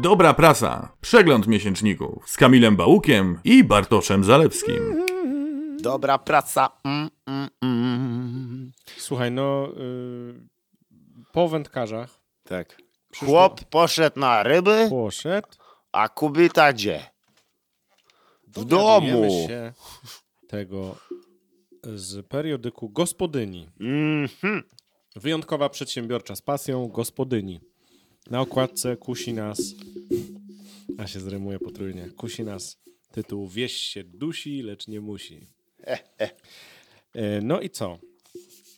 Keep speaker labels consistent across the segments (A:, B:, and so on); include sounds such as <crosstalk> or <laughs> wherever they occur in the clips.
A: Dobra prasa. Przegląd miesięczników z Kamilem Bałukiem i Bartoszem Zalewskim.
B: Dobra praca. Mm, mm, mm.
C: Słuchaj, no y, po wędkarzach
B: Tak. Chłop poszedł na ryby,
C: poszedł.
B: a Kubita gdzie? W
C: Dowiadujemy
B: domu.
C: się tego z periodyku Gospodyni.
B: Mhm.
C: Wyjątkowa przedsiębiorcza z pasją Gospodyni. Na okładce kusi nas, a się zrymuje potrójnie, kusi nas tytuł Wieś się dusi, lecz nie musi.
B: e.
C: E, No i co?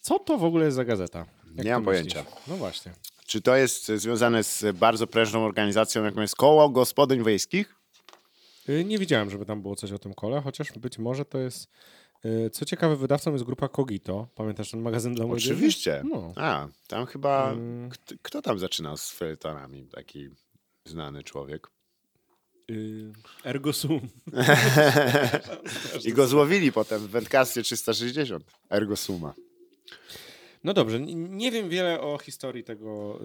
C: Co to w ogóle jest za gazeta? Jak
B: Nie mam
C: to myślisz?
B: pojęcia.
C: No właśnie.
B: Czy to jest e, związane z bardzo prężną organizacją, jaką jest Koło Gospodyń Wiejskich?
C: Y, Nie widziałem, żeby tam było coś o tym kole, chociaż być może to jest. y, Co ciekawe, wydawcą jest grupa Kogito. Pamiętasz ten magazyn dla młodzieży?
B: Oczywiście.
C: No. E.
B: A, tam chyba... Kto, kto tam zaczynał z felietonami? Taki znany
C: <laughs>
B: człowiek.
C: Y, Ergo sum.
B: I go złowili potem w Wędkarstwie 360. Ergo suma.
C: No dobrze, n- nie wiem wiele o historii tego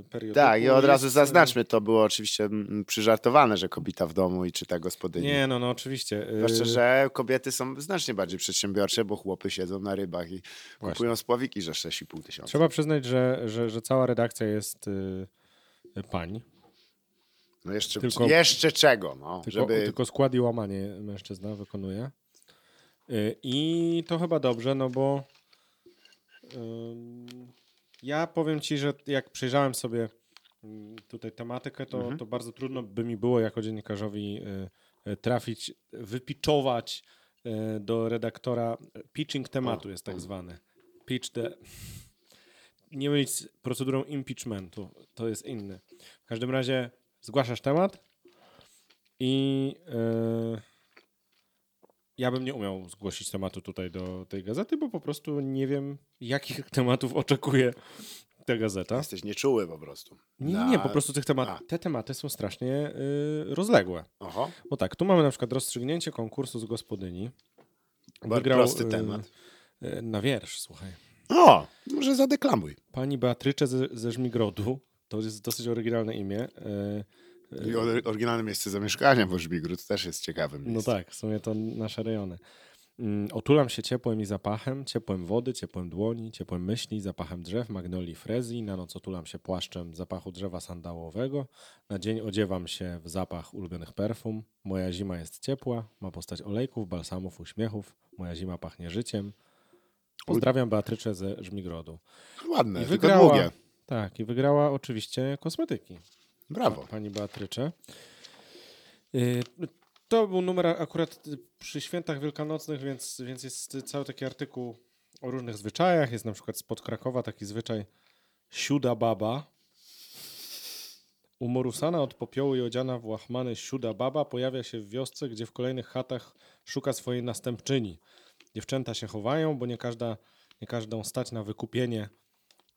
C: y, periodu.
B: Tak, i od
C: Jest-
B: razu zaznaczmy, to było oczywiście mm, przyżartowane, że kobieta w domu i czyta gospodyni.
C: Nie, no, no oczywiście. y,
B: Zwłaszcza, że kobiety są znacznie bardziej przedsiębiorcze, bo chłopy siedzą na rybach i
C: Właśnie.
B: kupują spławiki za 6,5 tysiąca.
C: Trzeba przyznać, że, że, że cała redakcja jest y, y, pań.
B: No jeszcze,
C: Tylko-
B: jeszcze czego, no,
C: Tylko,
B: żeby...
C: tylko skład i łamanie mężczyzna wykonuje. Y, I to chyba dobrze, no bo ym, ja powiem ci, że jak przejrzałem sobie mm, tutaj tematykę, to,
B: Mhm.
C: to bardzo trudno by mi było jako dziennikarzowi y, y, trafić, wypiczować y, do redaktora. y, Pitching tematu jest tak zwany. Pitch the... Nie mylić z procedurą impeachmentu, to jest inny. W każdym razie zgłaszasz temat, i e, ja bym nie umiał zgłosić tematu tutaj do tej gazety, bo po prostu nie wiem, jakich <laughs> tematów oczekuje ta gazeta.
B: Jesteś nieczuły po prostu.
C: Nie,
B: Na-
C: nie, po prostu tych
B: A.
C: temat, te tematy są strasznie y, rozległe.
B: Oho,
C: Bo tak, tu mamy na przykład rozstrzygnięcie konkursu z gospodyni.
B: Bardzo prosty
C: y,
B: temat.
C: y, na wiersz, słuchaj.
B: O, może zadeklamuj.
C: Pani Beatrycze ze, ze Żmigrodu, to jest dosyć oryginalne imię. y, y,
B: I o- oryginalne miejsce zamieszkania, bo Żmigród też jest ciekawym
C: No
B: miejscem.
C: tak, w sumie to nasze rejony. Mm, Otulam się ciepłem i zapachem, ciepłem wody, ciepłem dłoni, ciepłem myśli, zapachem drzew, magnolii, frezji. Na noc otulam się płaszczem zapachu drzewa sandałowego. Na dzień odziewam się w zapach ulubionych perfum. Moja zima jest ciepła, ma postać olejków, balsamów, uśmiechów. Moja zima pachnie życiem. Pozdrawiam Beatrycze ze Żmigrodu.
B: Ładne,
C: tak.
B: No,
C: I
B: tylko
C: wygrała.
B: długie.
C: Tak, i wygrała oczywiście kosmetyki.
B: Brawo.
C: Pani Beatrycze. Y, To był numer akurat y, przy świętach wielkanocnych, więc, więc jest y, cały taki artykuł o różnych zwyczajach. Jest na przykład spod Krakowa taki zwyczaj siuda baba. Umorusana od popiołu i odziana w łachmany siuda baba pojawia się w wiosce, gdzie w kolejnych chatach szuka swojej następczyni. Dziewczęta się chowają, bo nie, każda, nie każdą stać na wykupienie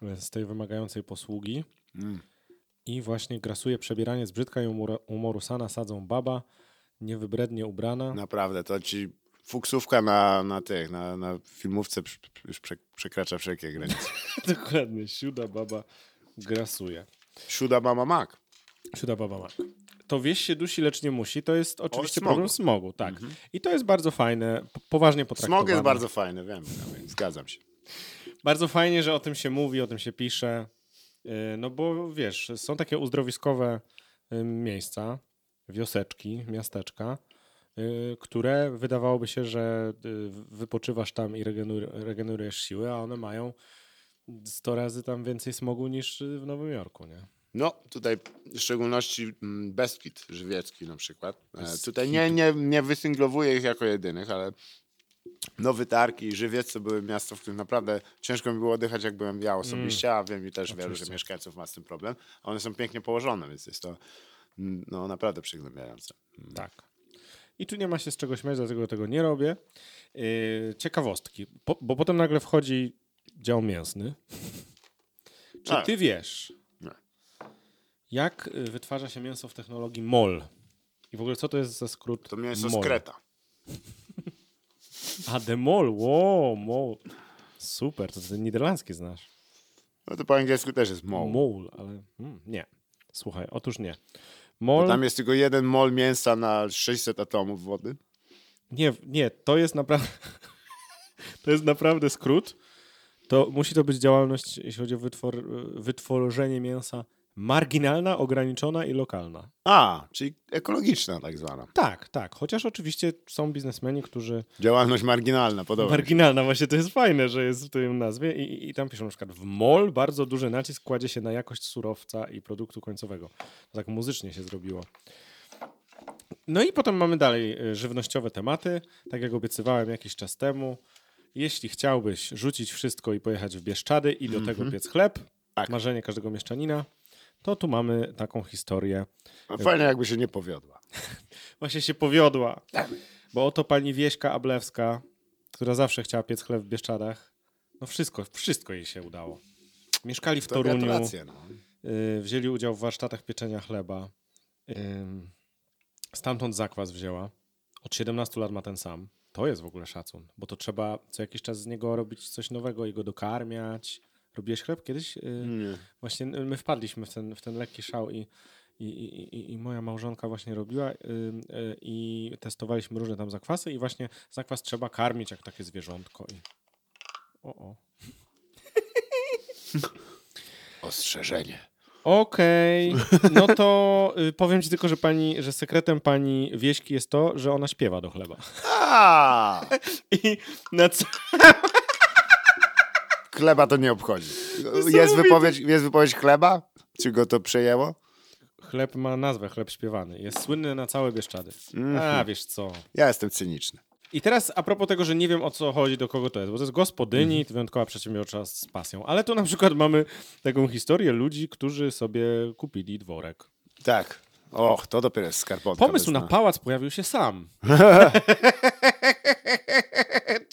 C: y, z tej wymagającej posługi.
B: Mm.
C: I właśnie grasuje przebieraniec brzydka i umor- umorusana sadzą baba, niewybrednie ubrana.
B: Naprawdę, to ci fuksówka na, na tych, na, na filmówce przy- już prze, przekracza wszelkie granice.
C: <laughs> Dokładnie, siuda baba grasuje.
B: Siuda mama mak.
C: Siuda baba mak. To wieś się dusi, lecz nie musi. To jest oczywiście
B: smogu. Mhm.
C: problem smogu, tak. I to jest bardzo fajne, po- poważnie potraktowane.
B: Smog jest bardzo fajny, wiem, wiem, zgadzam się.
C: Bardzo fajnie, że o tym się mówi, o tym się pisze. Yy, No bo wiesz, są takie uzdrowiskowe yy, miejsca, wioseczki, miasteczka, yy, które wydawałoby się, że yy, wypoczywasz tam i regener- regenerujesz siły, a one mają 100 razy tam więcej smogu niż yy, w Nowym Jorku, nie?
B: No, tutaj w szczególności mm, Beskid Żywiecki na przykład. E, tutaj nie, nie, nie wysinglowuję ich jako jedynych, ale Nowy Targ i Żywiec to były miasto, w którym naprawdę ciężko mi było oddychać, jak byłem ja osobiście,
C: Mm.
B: a wiem i też wielu, że mieszkańców ma z tym problem. A one są pięknie położone, więc jest to mm, no, naprawdę przygnębiające.
C: Tak. I tu nie ma się z czego śmiać, dlatego tego nie robię. Yy, ciekawostki, po, bo potem nagle wchodzi dział mięsny. Czy
B: Tak.
C: ty wiesz,
B: Nie.
C: jak y, wytwarza się mięso w technologii MOL? I w ogóle co to jest za skrót?
B: To mięso
C: MOL?
B: z Kreta.
C: A, demol, wow, MOL. Super, to ty niderlandzki znasz.
B: No to po angielsku też jest moł.
C: Mole, ale mm, nie. Słuchaj, hmm, otóż nie. Mol,
B: Tam jest tylko jeden mol mięsa na 600 atomów wody.
C: nie, nie, to jest naprawdę, <laughs> to jest naprawdę skrót. To musi to być działalność, jeśli chodzi o wytwor, wytworzenie mięsa, marginalna, ograniczona i lokalna.
B: A, czyli ekologiczna tak zwana.
C: Tak, tak. Chociaż oczywiście są biznesmeni, którzy
B: Działalność marginalna, podoba mi się.
C: Marginalna, właśnie to jest fajne, że jest w tym nazwie i, i- i tam piszą na przykład w MOL bardzo duży nacisk kładzie się na jakość surowca i produktu końcowego. To tak muzycznie się zrobiło. No i potem mamy dalej y, żywnościowe tematy, tak jak obiecywałem jakiś czas temu. Jeśli chciałbyś rzucić wszystko i pojechać w Bieszczady i do tego piec chleb,
B: Mhm. Tak.
C: marzenie każdego mieszczanina, to tu mamy taką historię.
B: A Fajnie jakby się nie powiodła.
C: Właśnie się powiodła. Bo oto pani Wieśka Ablewska, która zawsze chciała piec chleb w Bieszczadach. No wszystko, wszystko jej się udało. Mieszkali w
B: To
C: Toruniu,
B: gratulacje, no.
C: y, wzięli udział w warsztatach pieczenia chleba. Ym, stamtąd zakwas wzięła. Od 17 lat ma ten sam. To jest w ogóle szacun, bo to trzeba co jakiś czas z niego robić coś nowego i go dokarmiać. Robiłeś chleb kiedyś? Y,
B: Nie.
C: Właśnie y, my wpadliśmy w ten, w ten lekki szał i, i, i, i- i moja małżonka właśnie robiła ym, y, i testowaliśmy różne tam zakwasy i właśnie zakwas trzeba karmić jak takie zwierzątko. I... O, o.
B: Ostrzeżenie.
C: Okej, <laughs> no to y, powiem ci tylko, że pani, że sekretem pani Wieśki jest to, że ona śpiewa do chleba.
B: A!
C: I na co...
B: Chleba to nie obchodzi.
C: No
B: No, Jest
C: Niesamowite.
B: wypowiedź, jest wypowiedź chleba? Czy go to przejęło?
C: Chleb ma nazwę, chleb śpiewany. Jest słynny na całe Bieszczady. A, wiesz co,
B: Ja jestem cyniczny.
C: I teraz a propos tego, że nie wiem o co chodzi, do kogo to jest, bo to jest gospodyni, wyjątkowa przedsiębiorcza z pasją, ale tu na przykład mamy taką historię ludzi, którzy sobie kupili dworek.
B: Tak. Och, to dopiero jest skarbonka.
C: Pomysł na
B: bezna.
C: pałac pojawił się sam. <laughs>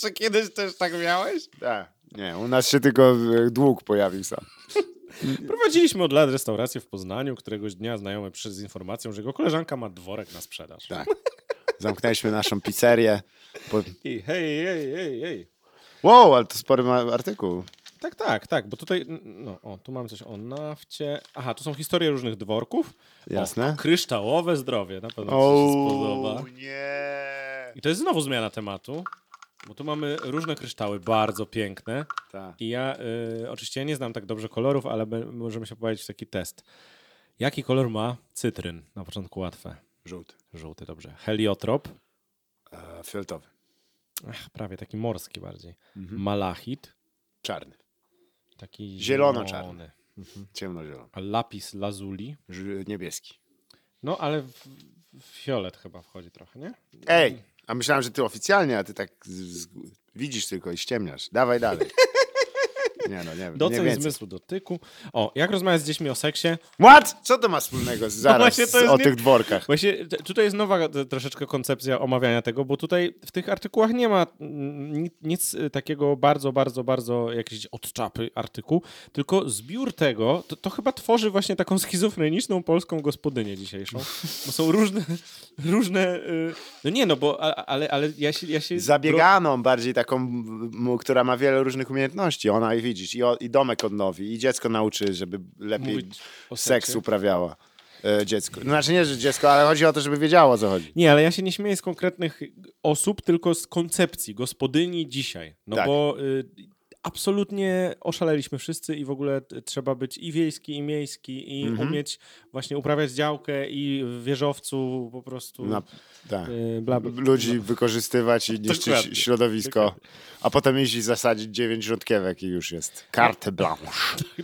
C: Czy kiedyś też tak miałeś?
B: Tak. Nie, u nas się tylko e, dług pojawił sam.
C: Prowadziliśmy od lat restaurację w Poznaniu, któregoś dnia znajomy przyszedł z informacją, że jego koleżanka ma dworek na sprzedaż.
B: Tak. Zamknęliśmy naszą pizzerię. Po...
C: I hej, hej, hej, hej.
B: Wow, ale to spory ma- artykuł.
C: Tak, tak, tak, bo tutaj, no, o, tu mamy coś o nafcie. Aha, tu są historie różnych dworków.
B: Jasne.
C: O, kryształowe zdrowie, na pewno ci się spodoba.
B: O, nie.
C: I to jest znowu zmiana tematu, bo tu mamy różne kryształy, bardzo piękne.
B: Tak.
C: I ja, y, oczywiście ja nie znam tak dobrze kolorów, ale be, możemy się pobawić w taki test. Jaki kolor ma cytryn? Na początku łatwe.
B: Żółty.
C: Żółty, dobrze. Heliotrop.
B: E, fioletowy.
C: Ach, prawie taki morski bardziej.
B: Mhm.
C: Malachit.
B: Czarny.
C: Taki
B: Zielono-czarny.
C: zielony.
B: Ciemnozielony.
C: A Lapis lazuli.
B: Ż- Niebieski.
C: No, ale w, w fiolet chyba wchodzi trochę, nie?
B: Ej, a myślałem, że ty oficjalnie, a ty tak z, z, widzisz tylko i ściemniasz. Dawaj <laughs> dalej. Nie no, nie wiem. nie
C: Docen
B: więcej.
C: zmysłu dotyku. O, jak rozmawiać z dziećmi o seksie?
B: What? Co to ma wspólnego z, zaraz
C: właśnie to
B: z,
C: jest
B: o
C: nie-
B: tych dworkach?
C: Właśnie t- tutaj jest nowa t- troszeczkę koncepcja omawiania tego, bo tutaj w tych artykułach nie ma mm, ni- nic y, takiego bardzo, bardzo, bardzo jakiejś odczapy artykuł, tylko zbiór tego, to, to chyba tworzy właśnie taką schizofreniczną polską gospodynię dzisiejszą, bo są różne, <laughs> różne, y, no nie no, bo, a- ale, ale ja się, ja się...
B: <laughs> Zabieganą, bardziej taką, m, m, która ma wiele różnych umiejętności. Ona i widzisz, i, o, i domek odnowi, i dziecko nauczy, żeby lepiej
C: Mówić o seksie.
B: seks uprawiała. E, dziecko. Znaczy nie, że dziecko, ale chodzi o to, żeby wiedziało, o co chodzi.
C: Nie, ale ja się nie śmieję z konkretnych osób, tylko z koncepcji gospodyni dzisiaj. No
B: Tak.
C: bo y, absolutnie oszaleliśmy wszyscy i w ogóle t- trzeba być i wiejski, i miejski, i
B: Mhm.
C: umieć właśnie uprawiać działkę i w wieżowcu po prostu.
B: Na, tak.
C: y,
B: <laughs>
C: bla, bla,
B: Ludzi wykorzystywać i niszczyć
C: Dokładnie.
B: środowisko, a potem iść i zasadzić dziewięć rządkiewek i już jest. Carte blanche.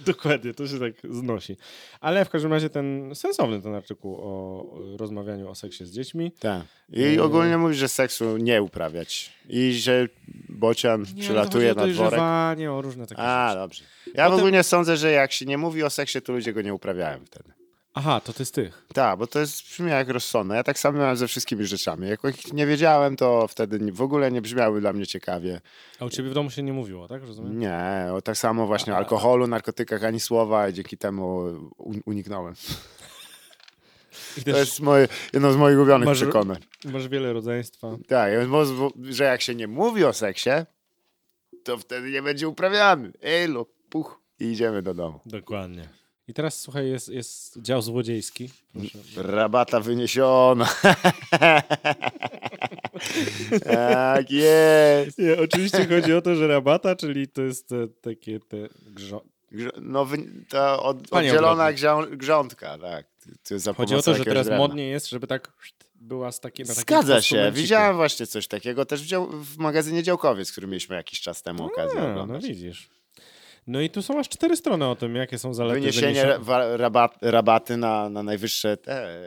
C: Dokładnie, to się tak znosi. Ale w każdym razie ten sensowny ten artykuł o y, rozmawianiu o seksie z dziećmi.
B: Tak. I
C: Yy.
B: ogólnie mówi, że seksu nie uprawiać. I że bocian przylatuje
C: no,
B: na
C: o
B: dworek.
C: dojrzewanie, o różne takie
B: A,
C: rzeczy.
B: dobrze. Ja w ogóle sądzę, że jak się nie mówi o seksie, to ludzie go nie uprawiają wtedy.
C: Aha, to ty z tych.
B: Tak, bo to jest, brzmi jak rozsądne. Ja tak samo miałem ze wszystkimi rzeczami. Jak o ich nie wiedziałem, to wtedy nie- w ogóle nie brzmiały dla mnie ciekawie.
C: A u ciebie w domu się nie mówiło, tak? Rozumiem?
B: Nie, o tak samo właśnie o alkoholu, narkotykach ani słowa i dzięki temu u- uniknąłem.
C: I
B: To
C: też
B: jest moje, jedno z moich ulubionych
C: Masz-
B: przekonań.
C: masz wiele rodzeństwa.
B: Tak, bo, bo- że jak się nie mówi o seksie, to wtedy nie będzie uprawiany. Ej, lo, puch. I idziemy do domu.
C: Dokładnie. I teraz, słuchaj, jest, jest dział złodziejski. Proszę.
B: Rabata wyniesiona. <laughs> tak jest.
C: Nie, oczywiście chodzi o to, że rabata, czyli to jest te, takie te grzo...
B: Grz- No, wy- ta od,
C: Panie
B: oddzielona grząd, grządka, tak. Ty- ty za
C: Chodzi o
B: pomocą
C: to, że
B: jakiegoś
C: teraz
B: drewna.
C: modnie jest, żeby tak była z takiej... na takim
B: Zgadza się,
C: konsumenciku.
B: widziałem właśnie coś takiego też w, dział, w magazynie Działkowiec, który mieliśmy jakiś czas temu okazję
C: A, no
B: oglądać.
C: widzisz. No i tu są aż cztery strony o tym, jakie są zalety
B: Wyniesienie
C: <laughs> wyniesienia-
B: ra- rabat, rabaty na, na najwyższe te, e,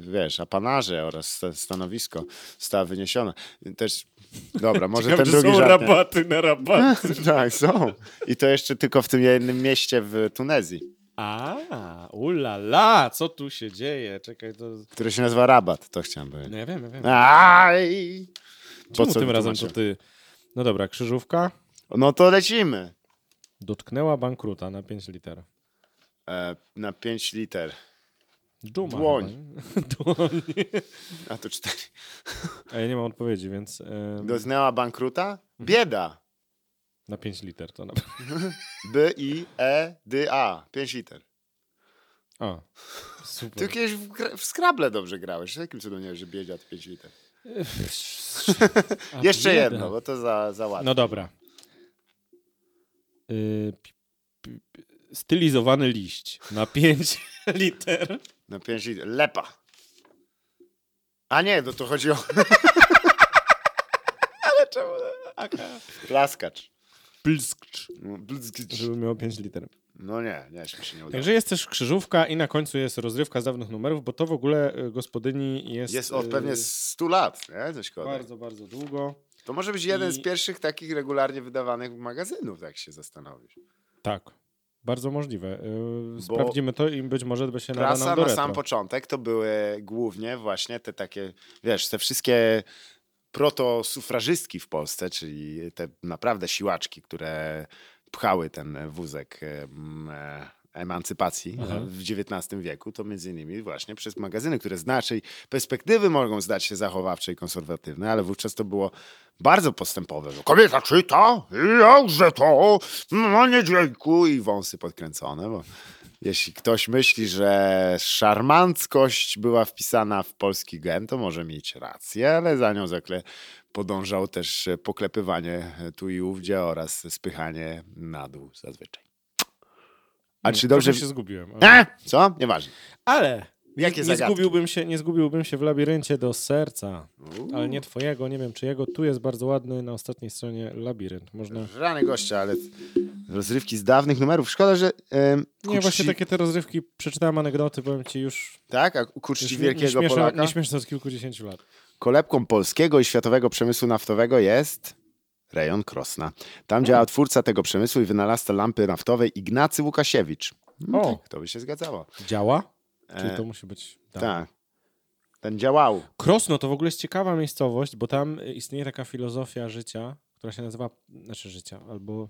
B: wiesz, apanarze oraz sta- stanowisko zostało wyniesione. Też,
C: <laughs>
B: dobra, może
C: Ciekawe,
B: ten
C: czy
B: drugi
C: są
B: żart. nie-
C: rabaty na rabat.
B: <laughs> tak, są. I to jeszcze tylko w tym jednym mieście w Tunezji,
C: A, ulala, co tu się dzieje? Czekaj, to...
B: które się nazywa Rabat, to chciałem powiedzieć.
C: No ja wiem, ja wiem.
B: Aj! Po
C: Czemu
B: co
C: tym razem to
B: tłumaczę?
C: ty? No dobra, krzyżówka
B: No to lecimy.
C: dotknęła bankruta na 5 liter.
B: E, na 5 liter.
C: Dżuma.
B: Dłoń.
C: chyba, nie? <laughs> Dłoń.
B: A to 4.
C: A ja nie mam odpowiedzi, więc em,
B: Doznała bankruta? Bieda.
C: na 5 liter to na...
B: E B-I-E-D-A. 5 liter.
C: A,
B: Ty
C: super.
B: kiedyś w, gra- w Scrabble dobrze grałeś. Jakim cudem nie wiesz, że bieda to 5 liter?
C: <laughs> A,
B: Jeszcze
C: bieda.
B: jedno, bo to za, za łatwo.
C: No dobra. Y, pi- pi- pi- stylizowany liść na 5 <laughs> liter.
B: Na 5 No, liter. Lepa. A nie, no to chodzi o
C: <laughs>
B: plaskacz.
C: Plskcz.
B: Blzgdż.
C: Żeby miało 5 liter.
B: No nie, nie, się mi się nie udało.
C: Także jest też krzyżówka i na końcu jest rozrywka z dawnych numerów, bo to w ogóle y, gospodyni jest...
B: Jest od
C: y,
B: pewnie 100 lat, nie? Coś koło tego.
C: Bardzo, bardzo długo.
B: To może być jeden z
C: I-
B: pierwszych takich regularnie wydawanych magazynów, jak się zastanowisz.
C: Tak. Bardzo możliwe. Y,
B: Bo
C: Sprawdzimy to i być może by się nada
B: Prasa
C: nam do
B: na
C: retro.
B: sam początek to były głównie właśnie te takie, wiesz, te wszystkie protosufrażystki w Polsce, czyli te naprawdę siłaczki, które pchały ten wózek em, e, emancypacji
C: Aha.
B: e, w XIX wieku, to między innymi właśnie przez magazyny, które z naszej perspektywy mogą zdać się zachowawcze i konserwatywne, ale wówczas to było bardzo postępowe. Że kobieta czyta, i jakże to, no nie dziękuję. I wąsy podkręcone, bo jeśli ktoś myśli, że szarmanckość była wpisana w polski gen, to może mieć rację, ale za nią zakle podążał też e, poklepywanie tu i ówdzie oraz spychanie na dół zazwyczaj. A czy
C: Trochę
B: dobrze...
C: się zgubiłem. ale-
B: E? Co? Nieważne.
C: Ale
B: Jakie
C: nie, nie,
B: zagadki?
C: zgubiłbym się, nie zgubiłbym się w labiryncie do serca.
B: Uuu.
C: Ale nie twojego, nie wiem czyjego. Tu jest bardzo ładny na ostatniej stronie labirynt. Można...
B: Rany gościa, ale rozrywki z dawnych numerów. Szkoda, że... em,
C: Nie, właśnie tak-
B: kuczci-
C: takie te rozrywki, przeczytałem anegdoty, powiem ci już...
B: Tak? A kurczci
C: już
B: wielkiego
C: nie, nie śmieszne,
B: Polaka?
C: nie śmieszne od kilkudziesięciu lat.
B: Kolebką polskiego i światowego przemysłu naftowego jest rejon Krosna. Tam
C: Mm.
B: działał twórca tego przemysłu i wynalazca lampy naftowej Ignacy Łukasiewicz. No
C: O.
B: Tak, to by się zgadzało.
C: Działa? Czyli
B: E,
C: to musi być...
B: tak.
C: tak.
B: Ten działał.
C: Krosno no to w ogóle jest ciekawa miejscowość, bo tam y, istnieje taka filozofia życia, która się nazywa, znaczy życia, albo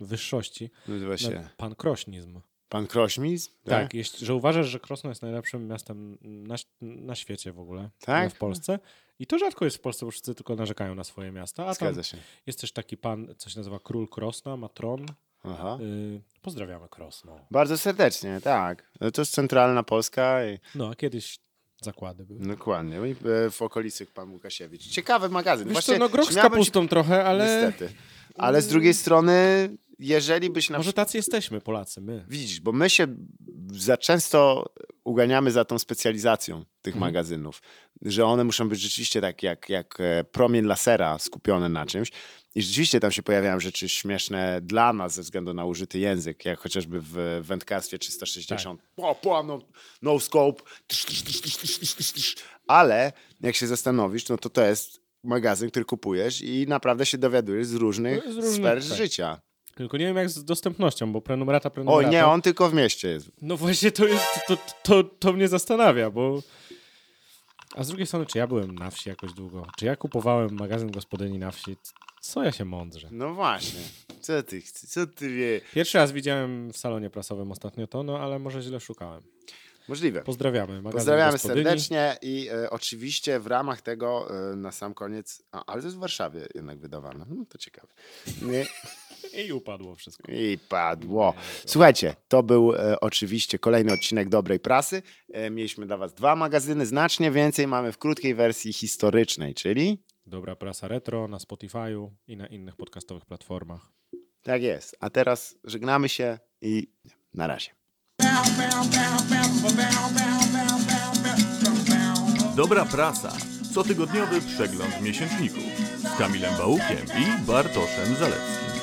C: wyższości,
B: Nazywa
C: na- pankrośnizm.
B: Pan Krośmiz?
C: Tak, jeśli, że uważasz, że Krosno jest najlepszym miastem na, ś- na świecie w ogóle,
B: Tak?
C: nie w Polsce. I to rzadko jest w Polsce, bo wszyscy tylko narzekają na swoje miasta. A tam
B: Zgadza się.
C: jest też taki pan, co się nazywa Król Krosna, Matron.
B: Aha.
C: Y, pozdrawiamy no. Krosno.
B: Bardzo serdecznie, tak. No to jest centralna Polska. I...
C: No, a kiedyś zakłady
B: No
C: były.
B: Dokładnie. I e, w okolicy pan Łukasiewicz. Ciekawy magazyn.
C: Wiesz
B: Właśnie
C: co, no grok z
B: śmiałbym się-
C: kapustą trochę, ale
B: Niestety. Ale z drugiej strony, jeżeli byś na
C: może tacy jesteśmy, Polacy, my.
B: Widzisz, bo my się za często uganiamy za tą specjalizacją tych
C: Mhm.
B: magazynów, że one muszą być rzeczywiście tak jak, jak e, promień lasera skupione na czymś. I rzeczywiście tam się pojawiają rzeczy śmieszne dla nas ze względu na użyty język, jak chociażby w wędkarstwie 360.
C: Tak.
B: Po, po, no, no scope. Tsz, tsz, tsz, tsz, tsz, tsz, tsz, tsz. Ale jak się zastanowisz, no to to jest magazyn, który kupujesz i naprawdę się dowiadujesz z różnych,
C: Z różnych,
B: sfer
C: tak. No
B: życia.
C: Tylko nie wiem jak z dostępnością, bo prenumerata,
B: O
C: prenumerata.
B: nie, on tylko w mieście jest.
C: No właśnie to jest, to, to, to mnie zastanawia, bo... A z drugiej strony, czy ja byłem na wsi jakoś długo? Czy ja kupowałem magazyn gospodyni na wsi? Co ja się mądrzę?
B: No właśnie. Co ty, chce- co ty wie?
C: Pierwszy raz widziałem w salonie prasowym ostatnio to, no ale może źle szukałem.
B: Możliwe.
C: Pozdrawiamy. Magazyn
B: Pozdrawiamy
C: gospodyni.
B: serdecznie i e, oczywiście w ramach tego e, na sam koniec, a, ale to jest w Warszawie jednak wydawane, no to ciekawe. Nie,
C: I upadło wszystko.
B: I padło. Słuchajcie, to był e, oczywiście kolejny odcinek Dobrej Prasy. E, mieliśmy dla Was dwa magazyny, znacznie więcej mamy w krótkiej wersji historycznej, czyli
C: Dobra prasa retro na Spotify'u i na innych podcastowych platformach.
B: tak jest. A teraz żegnamy się i na razie.
A: Dobra prasa. Cotygodniowy przegląd miesięczników z Kamilem Bałukiem i Bartoszem Zalewskim.